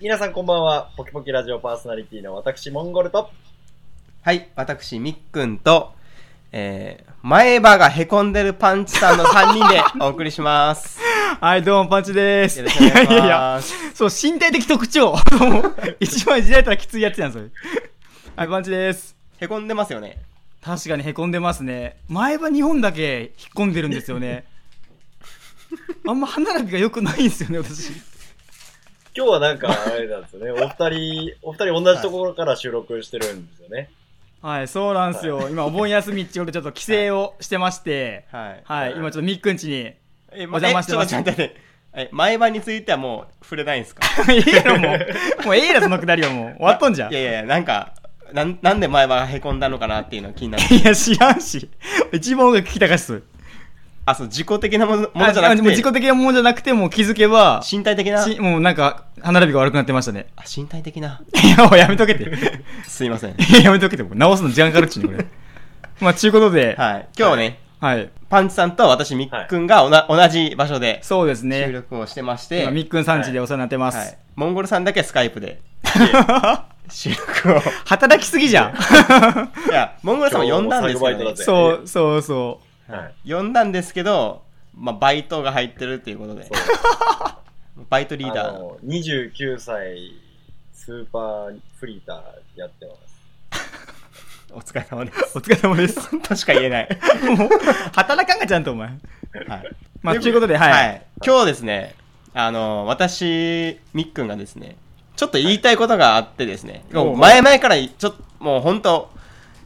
皆さんこんばんは。ポキポキラジオパーソナリティの私、モンゴルと。はい、私、みっくんと、えー、前歯がへこんでるパンチさんの3 人でお送りします。はい、どうも、パンチです。よろしくお願いします。や いやいや、そう、身体的特徴。も う一番いじられたらきついやつやん、それ。はい、パンチです。へこんでますよね。確かに凹んでますね。前歯2本だけ引っ込んでるんですよね。あんま歯並びが良くないんですよね、私。今日はなんか、あれなんですよね。お二人、お二人同じところから収録してるんですよね。はい、そうなんですよ。今、お盆休みっちゅうことでちょっと帰省をしてまして、はい。はい、今ちょっとみっくんちに。え、お邪魔してますえちょっと待って待ってえ前歯についてはもう触れないんですかええやろ、もう。もうええやろ、そのくだりはもう。終わっとんじゃん。いやいやいや、なんか、なんなんで前歯がへこんだのかなっていうのが気になる。いや、知らんし。一番音楽聞きたかし、それ。あ、そう、自己的なものものじゃなあくもう自て己、的なものじゃなくて、もう気づけば、身体的な、しもうなんか、歯並びが悪くなってましたね。 あ身体的な。いや、もうやめとけて。 すいません。やめとけて、もう直すの時間かかるっちゅうね、これ。まあ、ちゅうことで、はい。はい。今日はね、パンチさんと私、みっくんがおな、同じ場所でそうです収ね。録をしてまして、今、みっくん産地でお世話になってます。はい、モンゴルさんだけスカイプで 収録を 働きすぎじゃん。いやモンゴルさんも呼んだんです今日も最後けバイトだど、ぜね、そう、そう、そはい。呼んだんですけど、まあ、バイトが入ってるっていうことでバイトリーあダーのの、29歳、スーパーフリーターやってます。お疲れ様です う。お疲れ様です。としか言えない、もう、働かんがちゃんと、お前。はい、 まあ、ちゅうことで、はい。今日ですねあの私みっくんがですねちょっと言いたいことがあってですね、はいもう前々からちょっともう本当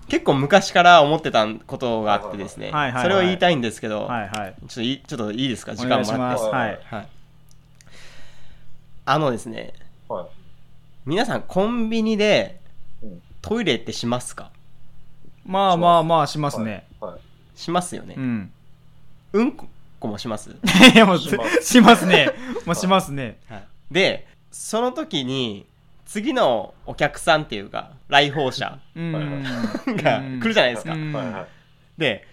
結構昔から思ってたことがあってですはね、いはいはいそれを言いたいんですけど、はい、はい。ちょっといいちょっといいですか時お間願もいしらまっす。て。ははいい。はい、あのですね、はい。皆さんコンビニでうんトイレってしますかまあまあまあ、しますね。はい。はいしますよね。ううん、ん。 こもします。いや、もう、しますしますね。まあ、しますね。はい、で、その時に次のお客さんっていうか来訪者うんはいはいが来るじゃないですか。うんはいはい。で、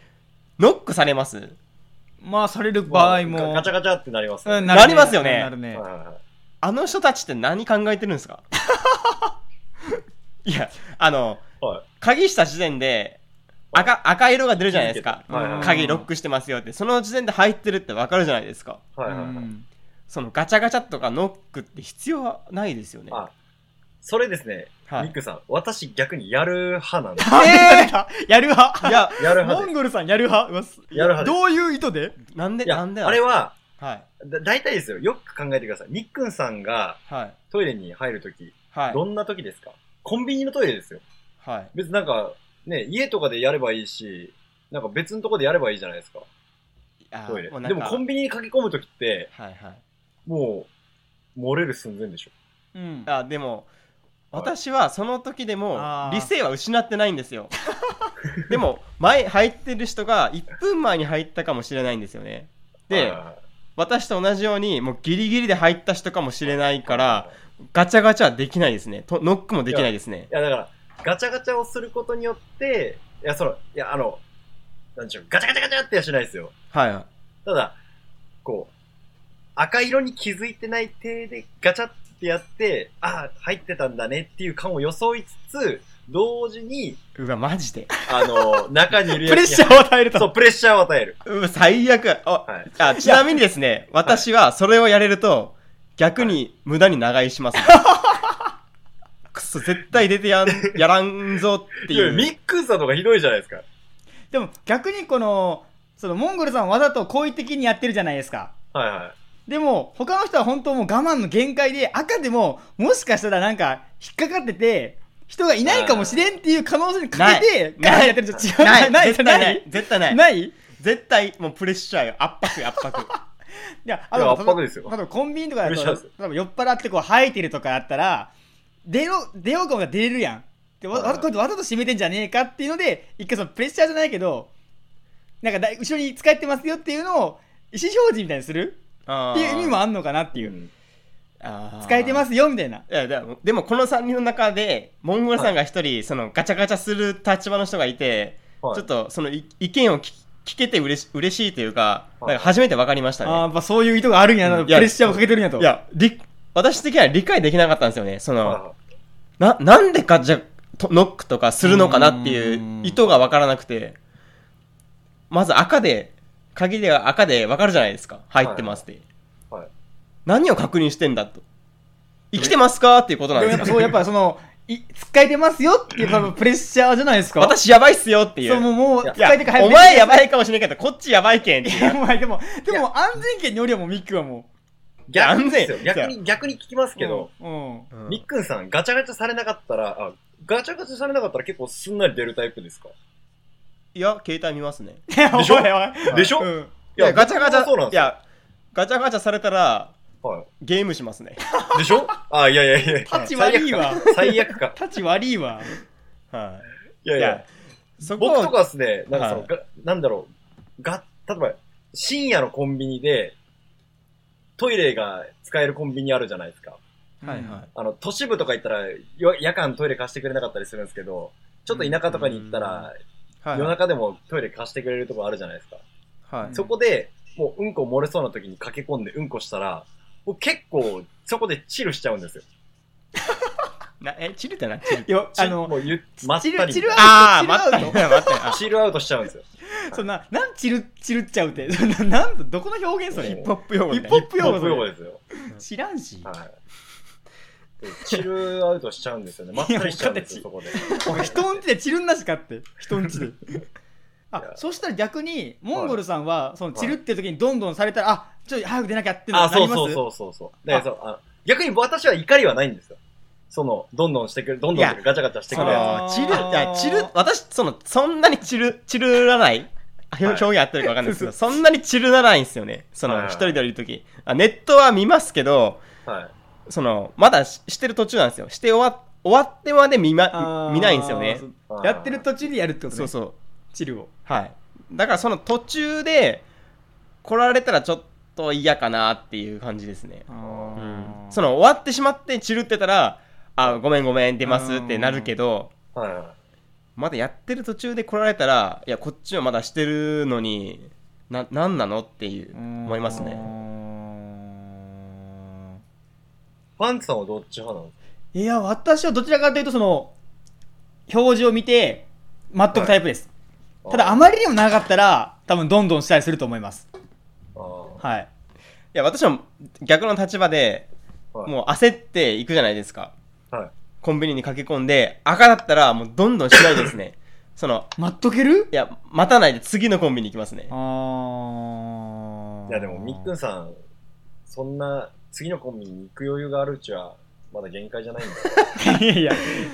ノックされますまあ、される場合まあも。ガチャガチャってなりますうねんなりますよねなるねはい。はいはいあの人たちって何考えてる んですかいや、あの、はい。鍵した時点で赤赤色が出るじゃないですか。はいはいはい鍵ロックしてますよって、その時点で入ってるってわかるじゃないですか。はいはいはい。うんそのガチャガチャとかノックって必要はないですよね。あそれですね、はミッい。クさん、私逆にやる派なんです。えーやる派いや、やるモ派ンでゴルさんやる派うわすやる派ですどういう意図でなんで、いや、なんでなあんれですか、は、はい。だ大体ですよ。よく考えてください。みっくんさんがはい。トイレに入るとき、はい。どんなときですかコンビニのトイレですよ。はい。別になんか、ね、家とかでやればいいし、なんか別のとこでやればいいじゃないですか。あトイレ。うなんでもコンビニに駆け込むときって、はいはい。もう、漏れる寸前でしょ。うんあ、でも、はい私はその時でもあー理性は失ってないんですよ。 でも、前、入ってる人が1分前に入ったかもしれないんですよね。はいではい、はい私と同じように、もうギリギリで入った人かもしれないから、、ガチャガチャはできないですね。とノックもできないですねい。や、だから、ガチャガチャをすることによって、いや、その、いや、あの、なんでしょう、ガチャガチャガチャってはしないですよ。はいはい。ただ、こう、赤色に気づいてない手でガチャってやって、ああ、入ってたんだねっていう感を装いつつ、同時に、うわ、マジで。あの、中にいるプレッシャーーを与えるとそう、プレッシャーを与える。うわ最悪あ,、はいあちなみにですね私はそれをやれると逆に無駄に長居します、くそ絶対出てやんやらんぞっ ていや、ミいうックさんの方がひどいじゃないですか。でも逆にこのそのモンゴルさんはわざと好意的にやってるじゃないですかはいはい。でも他の人は本当もう我慢の限界で赤でももしかしたらなんか引っかかってて人がいないかもしれんっていう可能性にかけてないガーンってやってるじゃん違うな いない絶対ない絶対ないないい絶対もうプレッシャーよ圧迫よ圧迫やいや圧迫例えばですよ例えばコンビニとかだプレッシャーですと例えば酔っ払ってこう吐いてるとかだったら出よう出ようかもが出れるやんでわはいわこうやってわざと閉めてんじゃねえかっていうので一回そのプレッシャーじゃないけどなんかだい後ろに使ってますよっていうのを意思表示みたいにするあっーていう意味もあんのかなっていううんあー使えてますよみたいないやでもでもこの3人の中でモンゴルさんが一人、そのガチャガチャする立場の人がいて、はいちょっとそのい意見を聞聞けてうれし嬉しいというか,、はいなんか初めて分かりましたねあーやっぱそういう意図があるんやな、うんプレッシャーをかけてるんやといや、り、私的には理解できなかったんですよね。その、あな、なんでかじゃ、とノックとかするのかなってういんう意図がわからなくて、まず赤で、鍵では赤でわかるじゃないですか。入ってますって。はいはい何を確認してんだと。生きてますかっていうことなんでもでやすっぱそよ。う、やっぱその、い使えてますよっていう多分プレッシャーじゃないですか。私やばいっすよっていう。そう、もう、もう、いや使えてからお前やばいかもしれないけど、こっちやばいけんっていいうや、お 前でも、でも安全圏におりゃもうミックはも逆にですよ安全逆に、逆に聞きますう。けど、うん。うん。みっくんさん、ガチャガチャされなかったら、あ、ガチャガチャされなかったら結構すんなり出るタイプですかいや、携帯見ますね。いやでしょおいおいでしょうんいや、ガチャガチ僕もそうなんャ、でいすよ。や、ガチャガチャされたら、はゲームしますね。い。でしょあ、いやいやいやいや。立ち悪いわ。最悪か。立ち悪いわ。はいやい。いいやや。、そこ僕とを、かですね、なんかその、はいがなんだろう、が、例えば、深夜のコンビニで、トイレが使えるコンビニあるじゃないですか。はいはい。あの、都市部とか行ったら、よ夜間トイレ貸してくれなかったりするんですけど、ちょっと田舎とかに行ったら、はい夜中でもトイレ貸してくれるとこあるじゃないですか。はいそこで、もううんこ漏れそうな時に駆け込んでうんこしたら、もう結構、そこでチルしちゃうんですよ。なえ、チルってな、チル。いや、あもの、うゆ、まったチりル、チルアみあウート、チルアウト。待って、待って。あたいなチルアウトしちゃうんですよ。そんな、なんチル、チルっちゃうって。そんな、なんと、どこの表現そヒれッヒップホップ用語ヒみッたいプなホップ用語そ用語れですよ。知らんし。はい。でチルアウトしちゃうんですよね。まったりしちゃうんですよ、そこで。おい人んちでチルんなしかって。人んち で。いあやそしたら逆にモンゴルさんはそのチルって時にどんどんされたら、あちょっと早く出なきゃってなあ、なそりうますそうそうそうそう。だからそうあ逆に私は怒りはないんですよ。その、どんどんしてくる、どんどんとかガチャガチャしてくそるやのチル、いや、チルあー、私、その、そんなにチル、チルらないあはい表現合ってるかわかんないですけど、そんなにチルらないんですよね。そはいの、一人でいるとき。あネットは見ますけど、つ。はい。その、まだししてる途中なんですよ。して終わ、終わってまで見あま、ー見ないんですよねそ。うあーやってる途中でやるってことねそうそう。チルをはい。だからその途中で来られたらちょっと嫌かなっていう感じですね。うんそのの終わってしまって散るってたら、あ、ごめんごめん出ますってなるけど、はいはまだやってる途中で来られたら、いや、こっちはまだしてるのに、な、なんなのっていう、思いますね。い。パンツさんはどっち派なのいや私はどちらかというとその表示を見て待っとくタイプです、ただあまりにも長かったら多分どんどんしたりすると思いますあーはいいや、私は逆の立場で、はいもう焦っていくじゃないですか。はい。コンビニに駆け込んで、赤だったらもうどんどんしないですね。その、待っとけるいや、待たないで次のコンビニ行きますね。あいやでも、みっくんさん、そんな、次のコンビニに行く余裕があるうちは、まだ限界じゃないんだよ。いやいや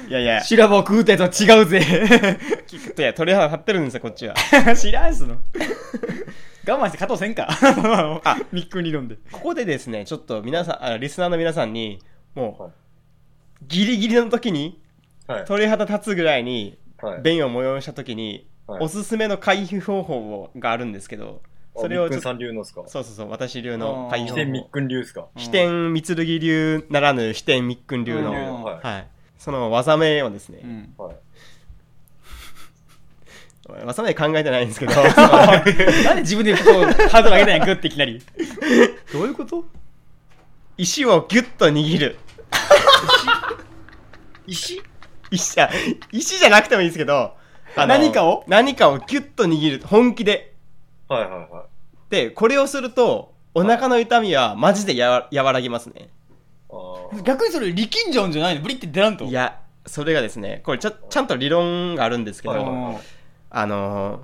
いやいや、修羅場をくぐったやつは違うぜいや、鳥肌立ってるんですよ、こっちは。 知らんすの我慢して加藤せんか あミックに飲んでここでですね、ちょっと皆さん、あリスナーの皆さんに、もう、はいギリギリの時に、はい。鳥肌立つぐらいに、はい。便を催した時に、はいおすすめの回避方法をがあるんですけど、そそれれをを。ちょみっっとくんさん流のっすかそうそうそう、私流のあ回ー避飛方天み法っ。くん流っすか飛天三剣流ならぬ飛天三剣流うんの、流はの。はい。い。その技名をですね、うん はい。技名考えてないんで すけど、なんで自分でこうハードル上げたんやグッていきなりどういう こと石をギュッと握る。石石あ石じゃなくてもいいですけど、あの何かを何かをギュッと握る。本気で。はいはいはい。で、これをすると、お腹の痛みはマジでやわ和らぎますね。あー逆にそれ力んじゃうんじゃないのブリって出らんといや、それがですね、これちゃちゃんと理論があるんですけど、はいうんあのー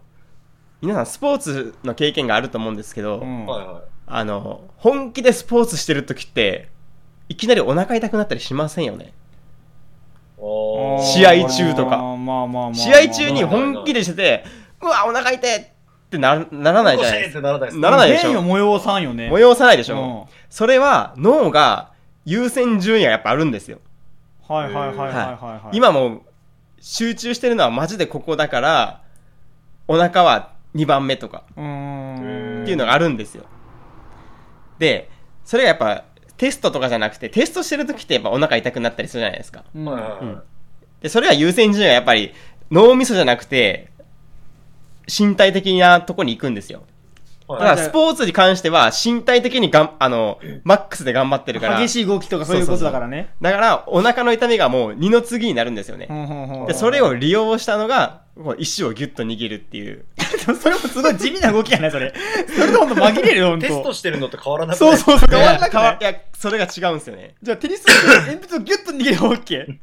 皆さんスポーツの経験があると思うんですけど、うんはいはい。あのー本気でスポーツしてる時って、いきなりお腹痛くなったりしませんよね。あー試合中とかまあまあまあまあまあまあ試合中に本気でしてて、うわ、お腹痛いってなならないじゃなゴシいでーっすてか。ならないですならないでしょ便を催さんよね催さないでしょ。うんそれは脳が優先順位がやっぱあるんですよ。はいはいはいはいはいはい今もう集中してるのはマジでここだから、お腹は2番目とかうーんっていうのがあるんですよ。で、それがやっぱテストとかじゃなくて、テストしてる時ってやっぱお腹痛くなったりするじゃないですか。うんはいはいはいで、それは優先順位はやっぱり脳みそじゃなくて、身体的なとこに行くんですよ。だかはらスポーツに関しては身体的にがん、あの、マックスで頑張ってるから、激しい動きとかそういうことだからね。だからお腹の痛みがもう二の次になるんですよね。で、それを。を利用したのが、こう石をギュッと握るっていう。 それもすごい地味な動きやね、それ。それとほんと紛れるよ、ほい。んと。テストしてるのと変わらなくそうそうそう、変わんなく変なわいいや、それが違うんですよね。じゃあテニスの鉛筆をギュッと握れば OK。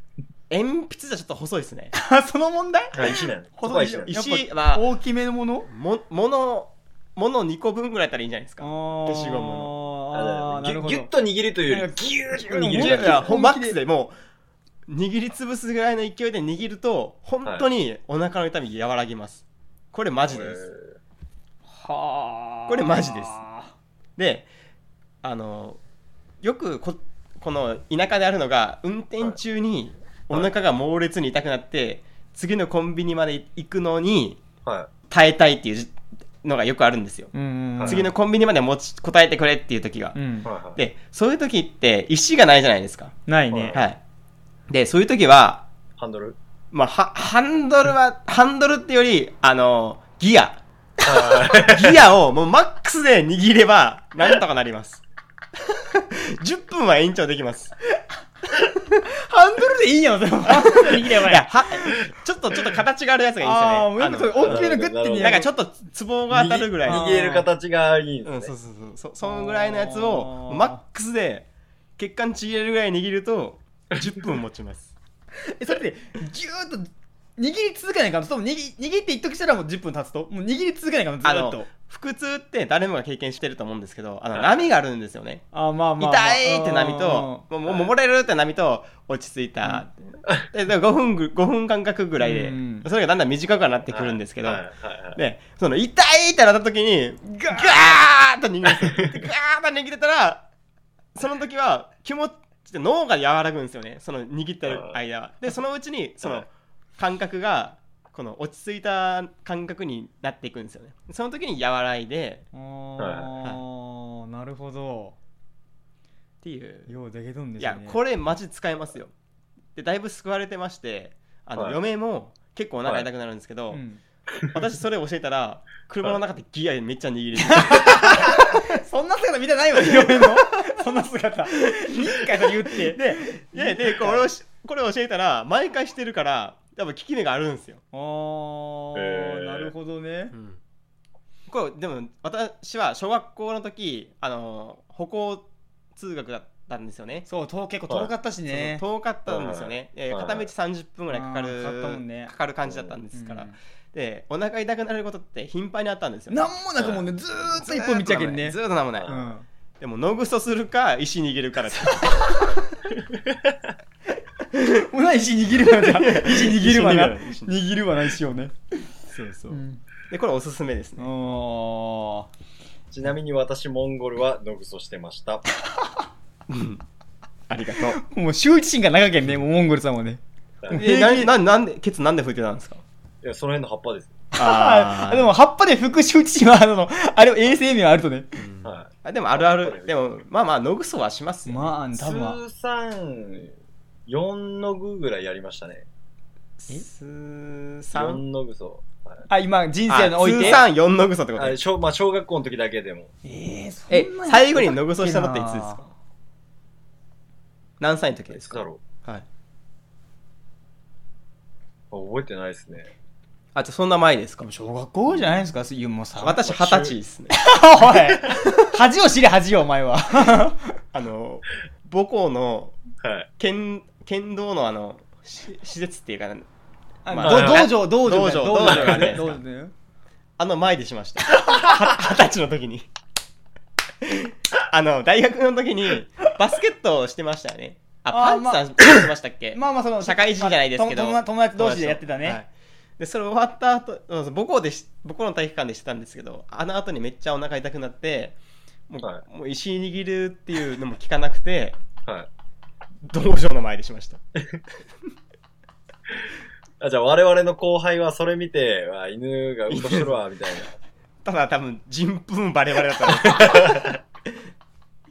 鉛筆じゃちょっと細いですね。あ、その問題う。石なんです。細い細い石なんです。や石っぱは、大きめのものも、もの、もの2個分ぐらいだったらいいんじゃないですか。あ消しゴムーあー、なるほギュギどュッ。と握るというより、ギューッと握るじゃいやいや、本気でほんマックスでもう、握りつぶすぐらいの勢いで握ると、本当にお腹の痛み和らぎます。これマジです。はあ。これマジですで、あの、よくこ、この田舎であるのが、運転中におはい腹が猛烈に痛くなって、次のコンビニまで行くのには耐えたいっていうじのがよくあるんですよ。うんはい次のコンビニまで持ちこたえてくれっていう時がう。んい。。はい。で、そういう時って石がないじゃないですか。ないね。はい。で、そういう時は、ハンドルまあ、はハンドルは、ハンドルってより、あの、ギア。はギアをもうマックスで握れば、なんとかなります。10分は延長できます。ハンドルでいいやん、それは。ハンドル握ればいいいや、。は、ちょっと、ちょっと形があるやつがいいんですよね。ああ、もうよくそれあの大きめのグッておになんかちょっょっと、ツボが当たるぐらいあ握の。ーれる形がいいんうん、ですそね。うそうそう。そ、そんぐらいのやつを、あーマックスで、血管ちぎれるぐらい握ると、10分持ちます。 と。それで、ギューッと握り続けないかんと、その握り握って一時したらもう10分経つと、もう握り続けないかんと、ずあーっのと。、腹痛って誰もが経験してると思うんですけど、あの、はい波があるんですよね。あーまあまあまあ。痛いって波と、もう、もうもれるって波と、落ち着いた。で、で5分ぐ、5分間隔ぐらいでうん、それがだんだん短くはなってくるんですけどはい、はいはいで、その、痛いってなった時に、ガーッと 逃げるんですよ。ガーッと握れたら、その時は、気持ち、脳が和らぐんですよね。その、握ってる間は。で、そのうちに、そはのい、感覚が、この、落ち着いた感覚になっていくんですよね。その時に和らいで、あーなるほど。っていう。ようでけどんでいすねや。これマジ使えますよでだいぶ救われてましてあの、はい嫁も結構お腹痛くなるんですけど、うん 私それ教えたら車の中でギアでめっちゃ握る そんな姿見たないわ、嫁の。 そんな姿。 いいから言って。で、ででこれをしこれを教えたら毎回してるから多分効き目があるんですよ、あー、えーなるほどね。これでも私は小学校の時あの歩行通学だったんですよねそう、と結構遠かったしね。そう遠かったんですよね、えーはい片道30分ぐらいかかあーるかかったもんねかかる感じだったんですから、うんでお腹痛くなることって頻繁にあったんですよなんもなくもんね、ずーっと一本見ちゃけんねず。ーっとなんもない。ううんでも、ノグソするか、石逃げる から。もうな石握るわ じゃあ石握るわな石握る握るわな石をねそうそうう。んで、これおすすめですね。あちなみに私、モンゴルはノグソしてました。ありがとう。ーもう羞恥心が長けんねもうモンゴルさんはねえ、な、な、なんで、ケツなんで拭いてたんですかいや、その辺の葉っぱです。あでも葉っぱで拭く羞恥心はあのあれ衛生面はあるとねうんはあでも、あるある。でも、まあまあ、ノグソはしますよ。まあい。多分は通算、4ノグぐらいやりましたね。えす4ー、3。ノグソ。はいあ今人生のあ、おい通て算4ノグソってことあれ小まあ、小学校の時だけでも。えーそえんな、に最後にノグソしたのっていつですか何歳の時いでつすだかろはい。う。あ覚えてないですね。あ、じゃあそんな前ですか小学校じゃないですかいやもう さ私、二十歳ですね。おい 恥を知れ恥をお前はあの、母校のはい。剣、剣道のあの、し施設っていうか、あまあのど道場道場道場道場がね道場ねあの前でしました。は二十歳の時に。あの、大学の時にバスケットをしてましたよね。あ、あパーンツさんしてましたっけ、まあまあその社会人じゃないですけどと友友達同士でやってたね、はいで、それ終わった後、うん母校でし、母校の体育館でしてたんですけど、あの後にめっちゃお腹痛くなって、もう、はもう石握るっていうのも聞かなくて、はい。道場の前でしました。あじゃあ、我々の後輩はそれ見て、あ犬がうんこしとるわ、みたいな。ただ多分人糞バレバレだった の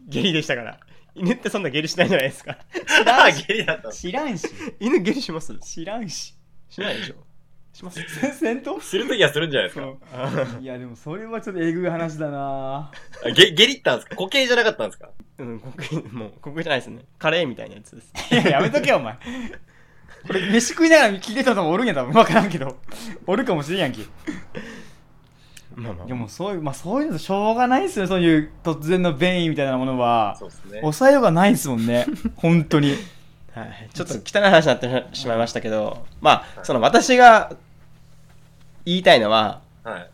下痢でしたから犬ってそんな下痢しないじゃないですか あ、ゲリだったの。知らんし犬下痢します知らんししないでしょします戦闘するときはするんじゃないですか。いやでもそれはちょっとえぐい話だなあゲゲリったんですか固形じゃなかったんですか うん、国もう、国じゃないですね。カレーみたいなやつです。いややめとけよお前これ飯食いながら聞いてたのもおるんや多分分からんけどおるかもしれんやんけまあまあで。もそういうまあそういうのしょうがないっすねそういう突然の便意みたいなものはそうですね。抑えようがないっすもんね本当にはい、ちょっと汚い話になってしまいましたけど、まあ、その私が言いたいのは、はい。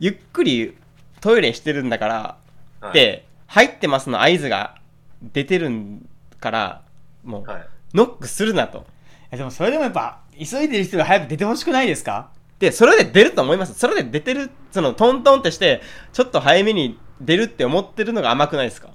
ゆっくりトイレしてるんだから、はい、で、入ってますの合図が出てるんから、もう、はい。ノックするなと。えでもそれでもやっぱ急いでる人は早く出てほしくないですかで、それで出ると思います。それで出てる、そのトントンってして、ちょっと早めに出るって思ってるのが甘くないですか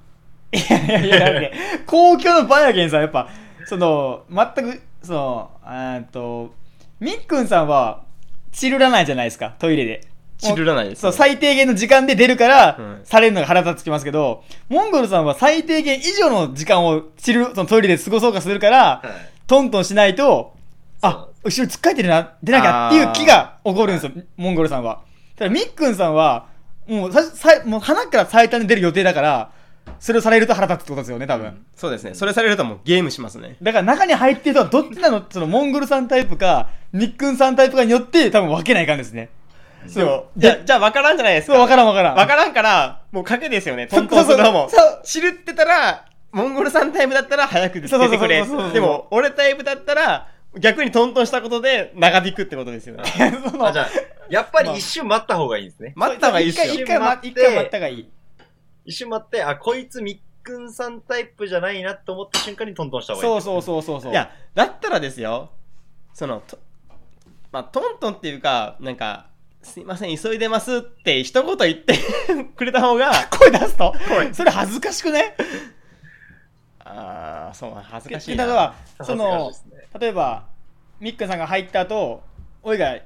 いやいやいやだって公共の場合やけんさやっぱその全くそのえーっとみっくんさんはチルらないじゃないですかトイレでチルらないです、そう、最低限の時間で出るから、うんされるのが腹立つきますけど、モンゴルさんは最低限以上の時間をチル、そのトイレで過ごそうかするから、はい。トントンしないと、そうなんあで、後ろつっかえてるな、出なきゃっていう気が起こるんですよ、モンゴルさんは。ただ、みっくんさんは、もう、さ、さもう、鼻から最短で出る予定だから、それをされると腹立つってことですよね、多分。そうですね。それされるともうゲームしますね。だから中に入ってる人はどっちなのそのモンゴルさんタイプか、みっくんさんタイプかによって多分分けないかんですね。そう。じゃ、じゃあ分からんじゃないですそう、か。分からん分からん。わからんから、もう賭けですよね。そトントンするのもそうそうそう。知るってたら、モンゴルさんタイプだったら早く出てくれそうそうそうそうそう。でも、俺タイプだったら、逆にトントンしたことで長引くってことですよね。 そのあ、じゃあ、やっぱり一瞬待った方がいいんですね。待った方がいいっすよ一。回、一回待、一回待った方がいい。一瞬待って、あ、こいつみっくんさんタイプじゃないなって思った瞬間にトントンした方がいい。そうそうそうそうそう。いや、だったらですよ、その、とまあ、トントンっていうか、なんか、すいません、急いでますって一言言って くれた方 が、声出すとそれ恥ずかしくねああ、そう、恥ずかし例いえな。ば、恥そずかしいので、すね。例えば、ミックさんが入った後、おいが、で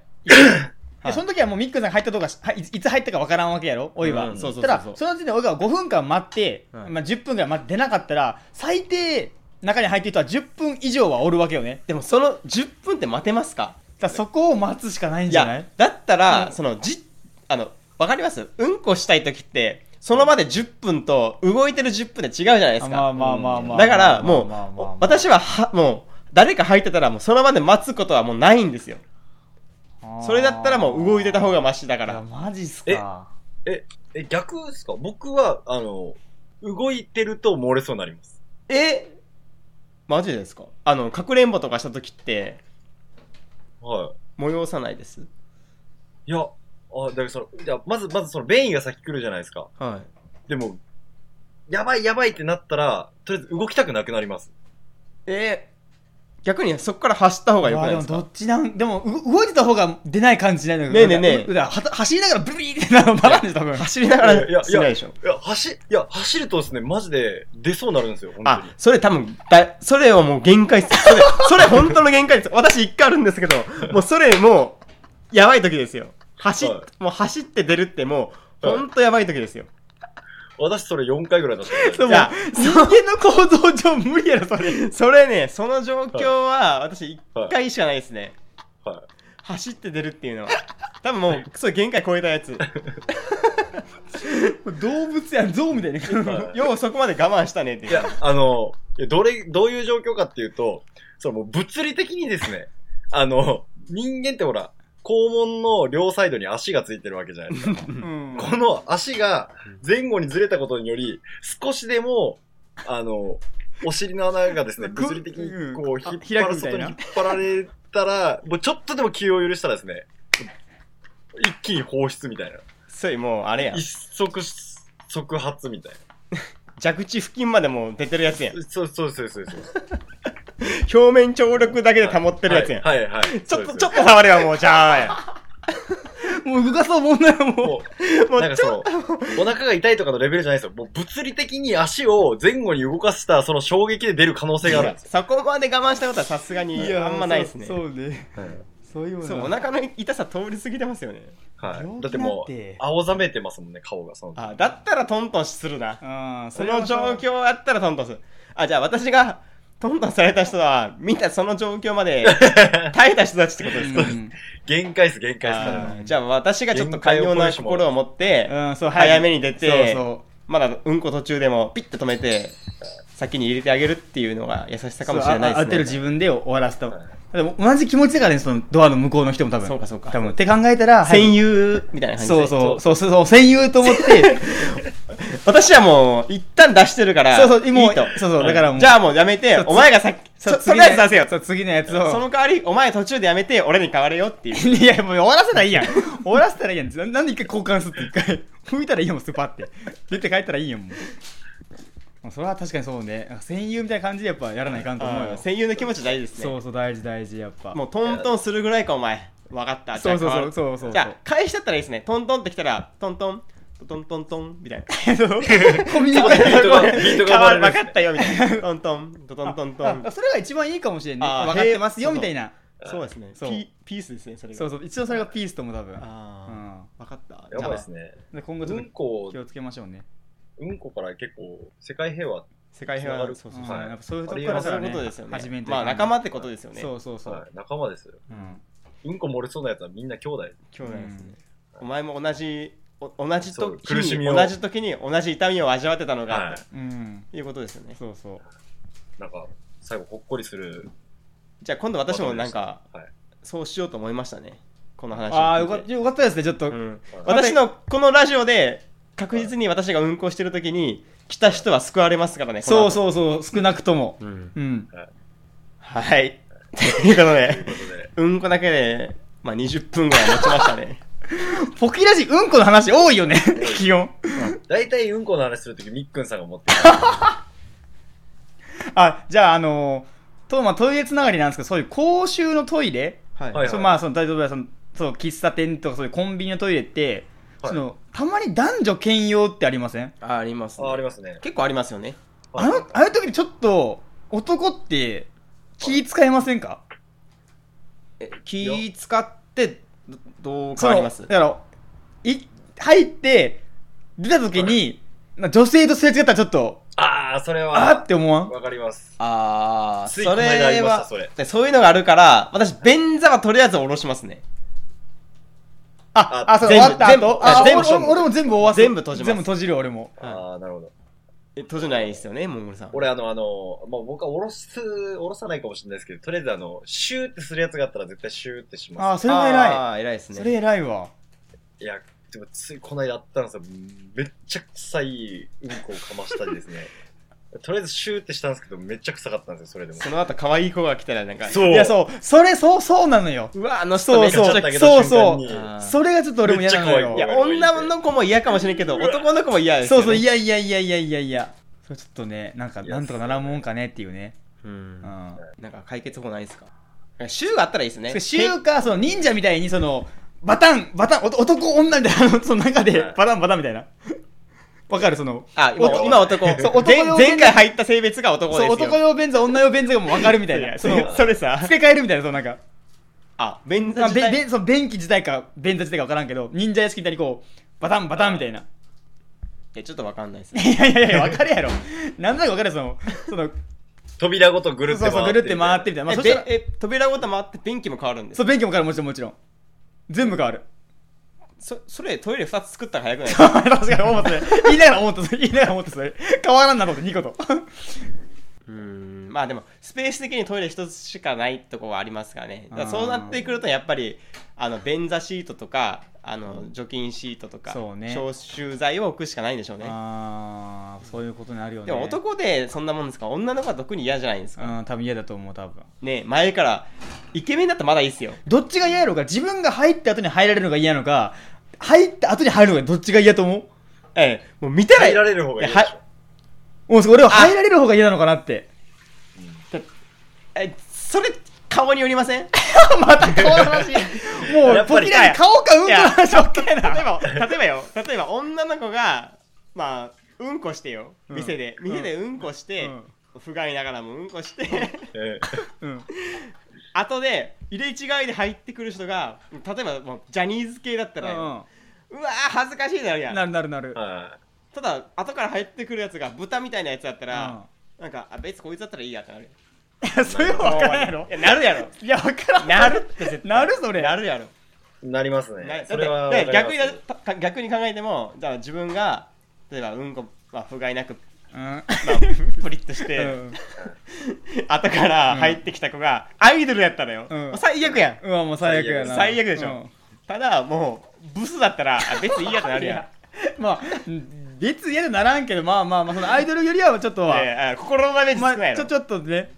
はいその時はもうミックさんが入ったとかしはいいついつ入ったかわからんわけやろ、おいは。うんそうそうそうそうただ、その時点でおいが5分間待って、はいまあ、10分ぐらい待って出なかったら、最低中に入ってる人は10分以上はおるわけよね。でも、その10分って待てますかだからそこを待つしかないんいじゃないや、だったら、うんその、じ、あの、わかりますうんこしたい時って、その場で10分と、動いてる10分で違うじゃないですか。まあまあまあまあ。だから、もう、まあまあまあまあお私は、は、もう、誰か入ってたら、もうその場で待つことはもうないんですよ。それだったらもう動いてた方がマシだかいやら。マジっすか。え、逆ですか僕は、あの、動いてると漏れそうになります。えマジですかあの、かくれんぼとかした時って、は催さないです。い。いや、あ、だからその、じゃあまず、まずその、便意が先来るじゃないですか。はでも、やばいやばいってなったら、とりあえず動きたくなくなります。い。えー逆にそこから走った方が良くまあないででもどすかっちなんでもう動いてた方が出ない感じないのねえねえねえだからは走りながらブリーってなるのバカでしょ多分走りないがやいやらしないでしょ。いや、走、いや、走るとですね、マジで出そうになるんですよ、本当にあ。、それ多分、だ、それはもう限界っす。それ、それ本当の限界です。私一回あるんですけど、もうそれもう、やばい時ですよ。走っ、はいもう走って出るってもう、はいほんとやばい時ですよ。私それ4回ぐらいだったんです でよ。もいや人間の構造上無理やろそれ それね、その状況は、私一回しかないですね。は走って出るっていうのは。多分もう、それ限界超え たやつ。動物やん象みたいな感じはいようそこまで我慢したねっていいう。や、あの、いやどれ、どういう状況かっていうと、そのもう物理的にですね、あの、人間ってほら、肛門の両サイドに足がついてるわけじゃないですか。うんこの足が前後にずれたことにより、少しでも、あの、お尻の穴がですね、ぐ物理的にこう、うんあ引っ張開くる、み外たいにな引っ張られたら、もうちょっとでも気を許したらですね、一気に放出みたいな。それもう、あれやん一。足即発みたい蛇口付近までもう出てるやつやんな。。そうそうそうそうそう。表面張力だけで保ってるやつやん。はいはいはい。ちょっそと、うですちょっと触ればもう、じゃあやん。 もう動かそうもんなよもももう、なんうかちょそう、お腹が痛いとかのレベルじゃないですよ。もう物理的に足を前後に動かした、その衝撃で出る可能性があるんですよ。そこまで我慢したことはさすがうにあんまないですね。そうそうねそういうもんそう、お腹の痛さ通り過ぎてますよね。はい。病気だってもうなんて、青ざめてますもんね、顔が。その時あ、だったらトントンするな。あその状況あったらトントンする。あ、じゃあ私がトントンされた人は、みんなその状況 まで耐えた人たちってことですか、うん限界っす、限界っす。あうーんじゃあ私がちょっと寛容な心を持って、うん、そう早めに出そてうそまだうんこ途中でもピッと止めて、先に入れてあげるっていうのが優しさうかもしれないそうあある程度です自ね。分で終わらせたでも同じ気持ちだからねそのドアの向こうの人も多分そうかそうか多分って考えたら戦友みたいな感じでそうそうそうそうそう戦友と思って私はもう、一旦出してるから、そうそうもういいとそうそうだからもうんじゃあもうやめてそう、お前がさっき、そう そとりあえず出せよ。そう次のやつをその代わり、お前途中でやめて、俺に代われよってい う。いや、もう終わらせたらいいやん。終わらせたらいいやん。ななんで一回交換するって一回。 吹いたらいいやん、もうスパって。出て帰ったらいいやん、もう。まあそれは確かにそうね。なんか戦友みたいな感じでやっぱやらないかんと思うあよー。戦友の気持ち大事ですね。そうそう、大事大事、やっぱ。もうトントンするぐらいか、お前。わかった。じゃあそうそう代わそうるそうそう。じゃあ、返しだったらいいですね。トントンってきたら、トントン、トントントン、みたいな。 コミュニビートがビートが変生まわる、れるわかったよ、みたいな。トントン、トントントンあ。それが一番いいかもしれんね。あー分かってますへよ、ーみたいな。そうですね。 そうピピースですね、それが。そうそう、一応それがピースとも多分。うあん。あ、わかった。やばいっすね。で今後ちうょっんこと気、をつけましょうね。うんこから結構、世界平和、世界平和そうそううそんうそう。はいやっぱそういうとこありかがらとうそうございうことですよね。始めて。まあ仲間ってことですよね。そうそうそうは。い、仲間ですよ。うんうんこ漏れそうなやつはみんな兄弟。兄弟ですうんね。お前も同じ、お同じそう時苦しに、みを同じ時に同じ痛みを味わってたのはが、うん。いうことですよね。そうそう。い。なんか、最後ほっこりする。じゃあ今度私もなんか、はい。そうしようと思いましたね。この話を聞いて。ああ、よかったよかったですね、ちょっとう。んはい私のこのラジオで、確実に私が運行してる時に、来た人は救われますからね。そうう。そうそう、少なくとも。うんうん。はい。ということというで、ことで、うんこだけで、まあ20分ぐらい持ちましたね。ポキラジ、うんこの話多いよね、気温。大体うんこの話するとき、みっくんさんが持ってあ、じゃあ、あのーと、まあ、トイレつながりなんですけど、そういう公衆のトイレ、はいはいそうまあ、その、大丈夫さん、そう、喫茶店とか、そういうコンビニのトイレって、はいその、たまに男女兼用ってありませんあります、た。あ、ありますね。結構ありますよね。あの、あの時にちょっと、男って、気使えませんかえ気使ってどどうその変わりますだから、い、入って、出た時に、まあ女性とすれ違ったらちょっと、ああ、それあーはっ、て思わんわかります。ああついこの間ありましたそれでそういうのがあるから私便座はとりあえず下ろしますねあ、ああ、それ終全部わった全部後あ、全俺部俺俺も全部終わす全部閉じます全部閉じる、俺も。ああ、なるほど。え閉じないですよねモンゴルさん俺、あの、あの、まあ、僕はおろす、おろさないかもしれないですけど、とりあえずあの、シューってするやつがあったら絶対シューってします。あ、それも偉あー偉いですい。ねそれ偉いわ。いや、でもついこの間あったんですよ。めっちゃ臭いうんこをかましたりですね。 とりあえずシューってしたんですけど、めっちゃ臭かったんですよ、それでも。その後可愛い子が来たらなんかそういや、そう、それ、そう、そうなのよ。うわあの人そめうっちゃそうめっちゃそ瞬う間そうにあーそれがちょっと俺も嫌なのめっよいちゃ。や女の子も嫌かもしれんけど男の子も嫌ですそよ、うね、そう、いやいやいやいやいやいや。それちょっとね、なんか、いやなんとかならんもんかねっていうね。うんうん。なんか解決法ないですか週があったらいいですね週か、その忍者みたいに、その、バタン、バタン、おと男、女みたいな、あの その中はでい、バタン、バタンみたいな。わかるその、あ今お今男そう男前用前回入った性別が男ですそうよ男用便座、女用便座がもうわかるみたいいやな。そそのれそれさ 付け替えるみたいな、そのなんか。あ便座 まあ、自体べべその便器自体か便座自体か分からんけど忍者屋敷みたいにこうバタンバタンみたいないやちょっとわかんないでいすやいやいや分かるやろなんとなく分かるよそのその扉ごとぐるってそう回ってそうぐるって回ってみたいな、まあ、えそしたらべえ扉ごと回って便器も変わるんですそう便器も変わるもちろんもちろん全部変わる そそれトイレ2つ作ったら早くな いですか確かに思ったね言いながら思ったそれ言いながら思ったそれ変わらんなと思って2個とうーんまあでもスペース的にトイレ1つしかないとこはありますからねだからあーそうなってくるとやっぱりあの便座シートとかあの除菌シートとか、そうね消臭剤を置くしかないんでしょうねああそういうことになるよねでも男でそんなもんですから女の子は特に嫌じゃないですか、うん多分嫌だと思う多分ね前からイケメンだったらまだいいっすよどっちが嫌やろうか自分が入った後に入られるのが嫌なのか入った後に入るのがどっちが嫌と思ええもう見た ら入られる方がいいでしょいやはうもう俺は入られる方が嫌なのかなってえそれ顔によりませんまた顔の話。もやうっ、ぱポりキラに顔かうんこの話ばっかり例えな。ば、例えばよ、例えば女の子が、まあ、うんこしてよ、うん店で、うん店でうんこして、不甲斐ながらもうんこして、えうん。 後で、入れ違いで入ってくる人が、例えばもうジャニーズ系だったらよ、うわー、恥ずかしいだろや。なんるなるなるえ。はただ、後から入ってくるやつが、豚みたいなやつだったうんら、なんか、あ、別にこいつだったらいいやってなるよ。やそれは分からん やろいやなるやろいや分からんなるって絶対なるそれなるやろなりますなだねっ。てそれはだって逆にわだかりますか逆に考えてもじゃあ自分が例えばうんこは不甲斐なく、うんまあ、プリッとして、うん後から入ってきた子がアイドルやったのよ、うんもう最悪やんうわもう最悪やな最悪でしょ、ただもうブスだったらあ別にいいやってなうんるいやんやまあ別嫌でならんけどまあまあまあそのアイドルよりはちょっとは、ええあ心のダメージ少まなあ、いの、、ちょちょっとね、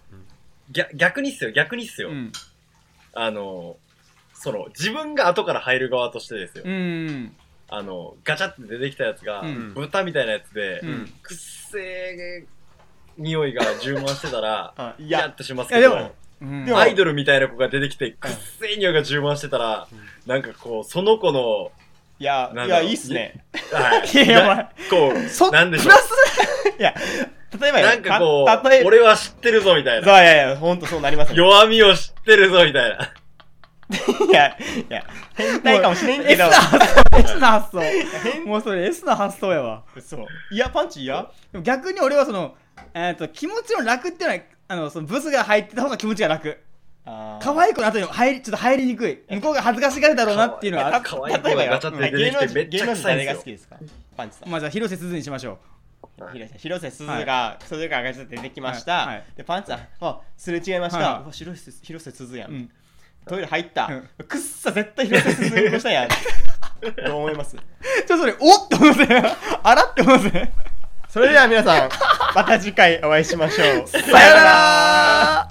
逆逆にっすよ、逆にっすうよ。ん、あの、その、自分が後から入る側としてですよ。うん、あの、ガチャって出てきたやつが、うん豚みたいなやつで、うんくっせー匂いが充満してたらあいいややっとしますいやけど、でも、うんでもアイドルみたいな子が出てきて、くっせー匂いが充満してたら、なんかこう、その子の、いやなんいだやろういいっすねはいやいやこ、そうっなんでしょプラスいや例えばよなんかこた例えう、俺は知ってるぞみたいそういな。やいやほんとそうなりますよ弱みを知ってるぞみたいな。いやいや変態かもしれんけど S な発想 S な発 想もうそれ S な発想やわそういやパンチいやでも逆に俺はその、えー、と気持ちの楽っていうのはあのそのブスが入ってた方が気持ちが楽可い愛い子の後にも入りちょっと入りにくい向こうが恥ずかしがるだろうなっていうのはあっ可愛い例えば子がよガチャって出芸てきてめ能っち芸ゃ能臭いんす人よ誰が好きですかパンチさんまあじゃあ広瀬すずにしましょ広瀬広瀬すずが、それから出てきました、はいはいでパンツさんあすれ違いました、はいうわ広瀬広瀬すずやん、う、うん、トイレ入った、うくっさ絶対広瀬すずにしたやん どう思いまちすょっとそれおっって思うぜ あらって思うぜそれでは皆さんまた次回お会いしましょうささよなら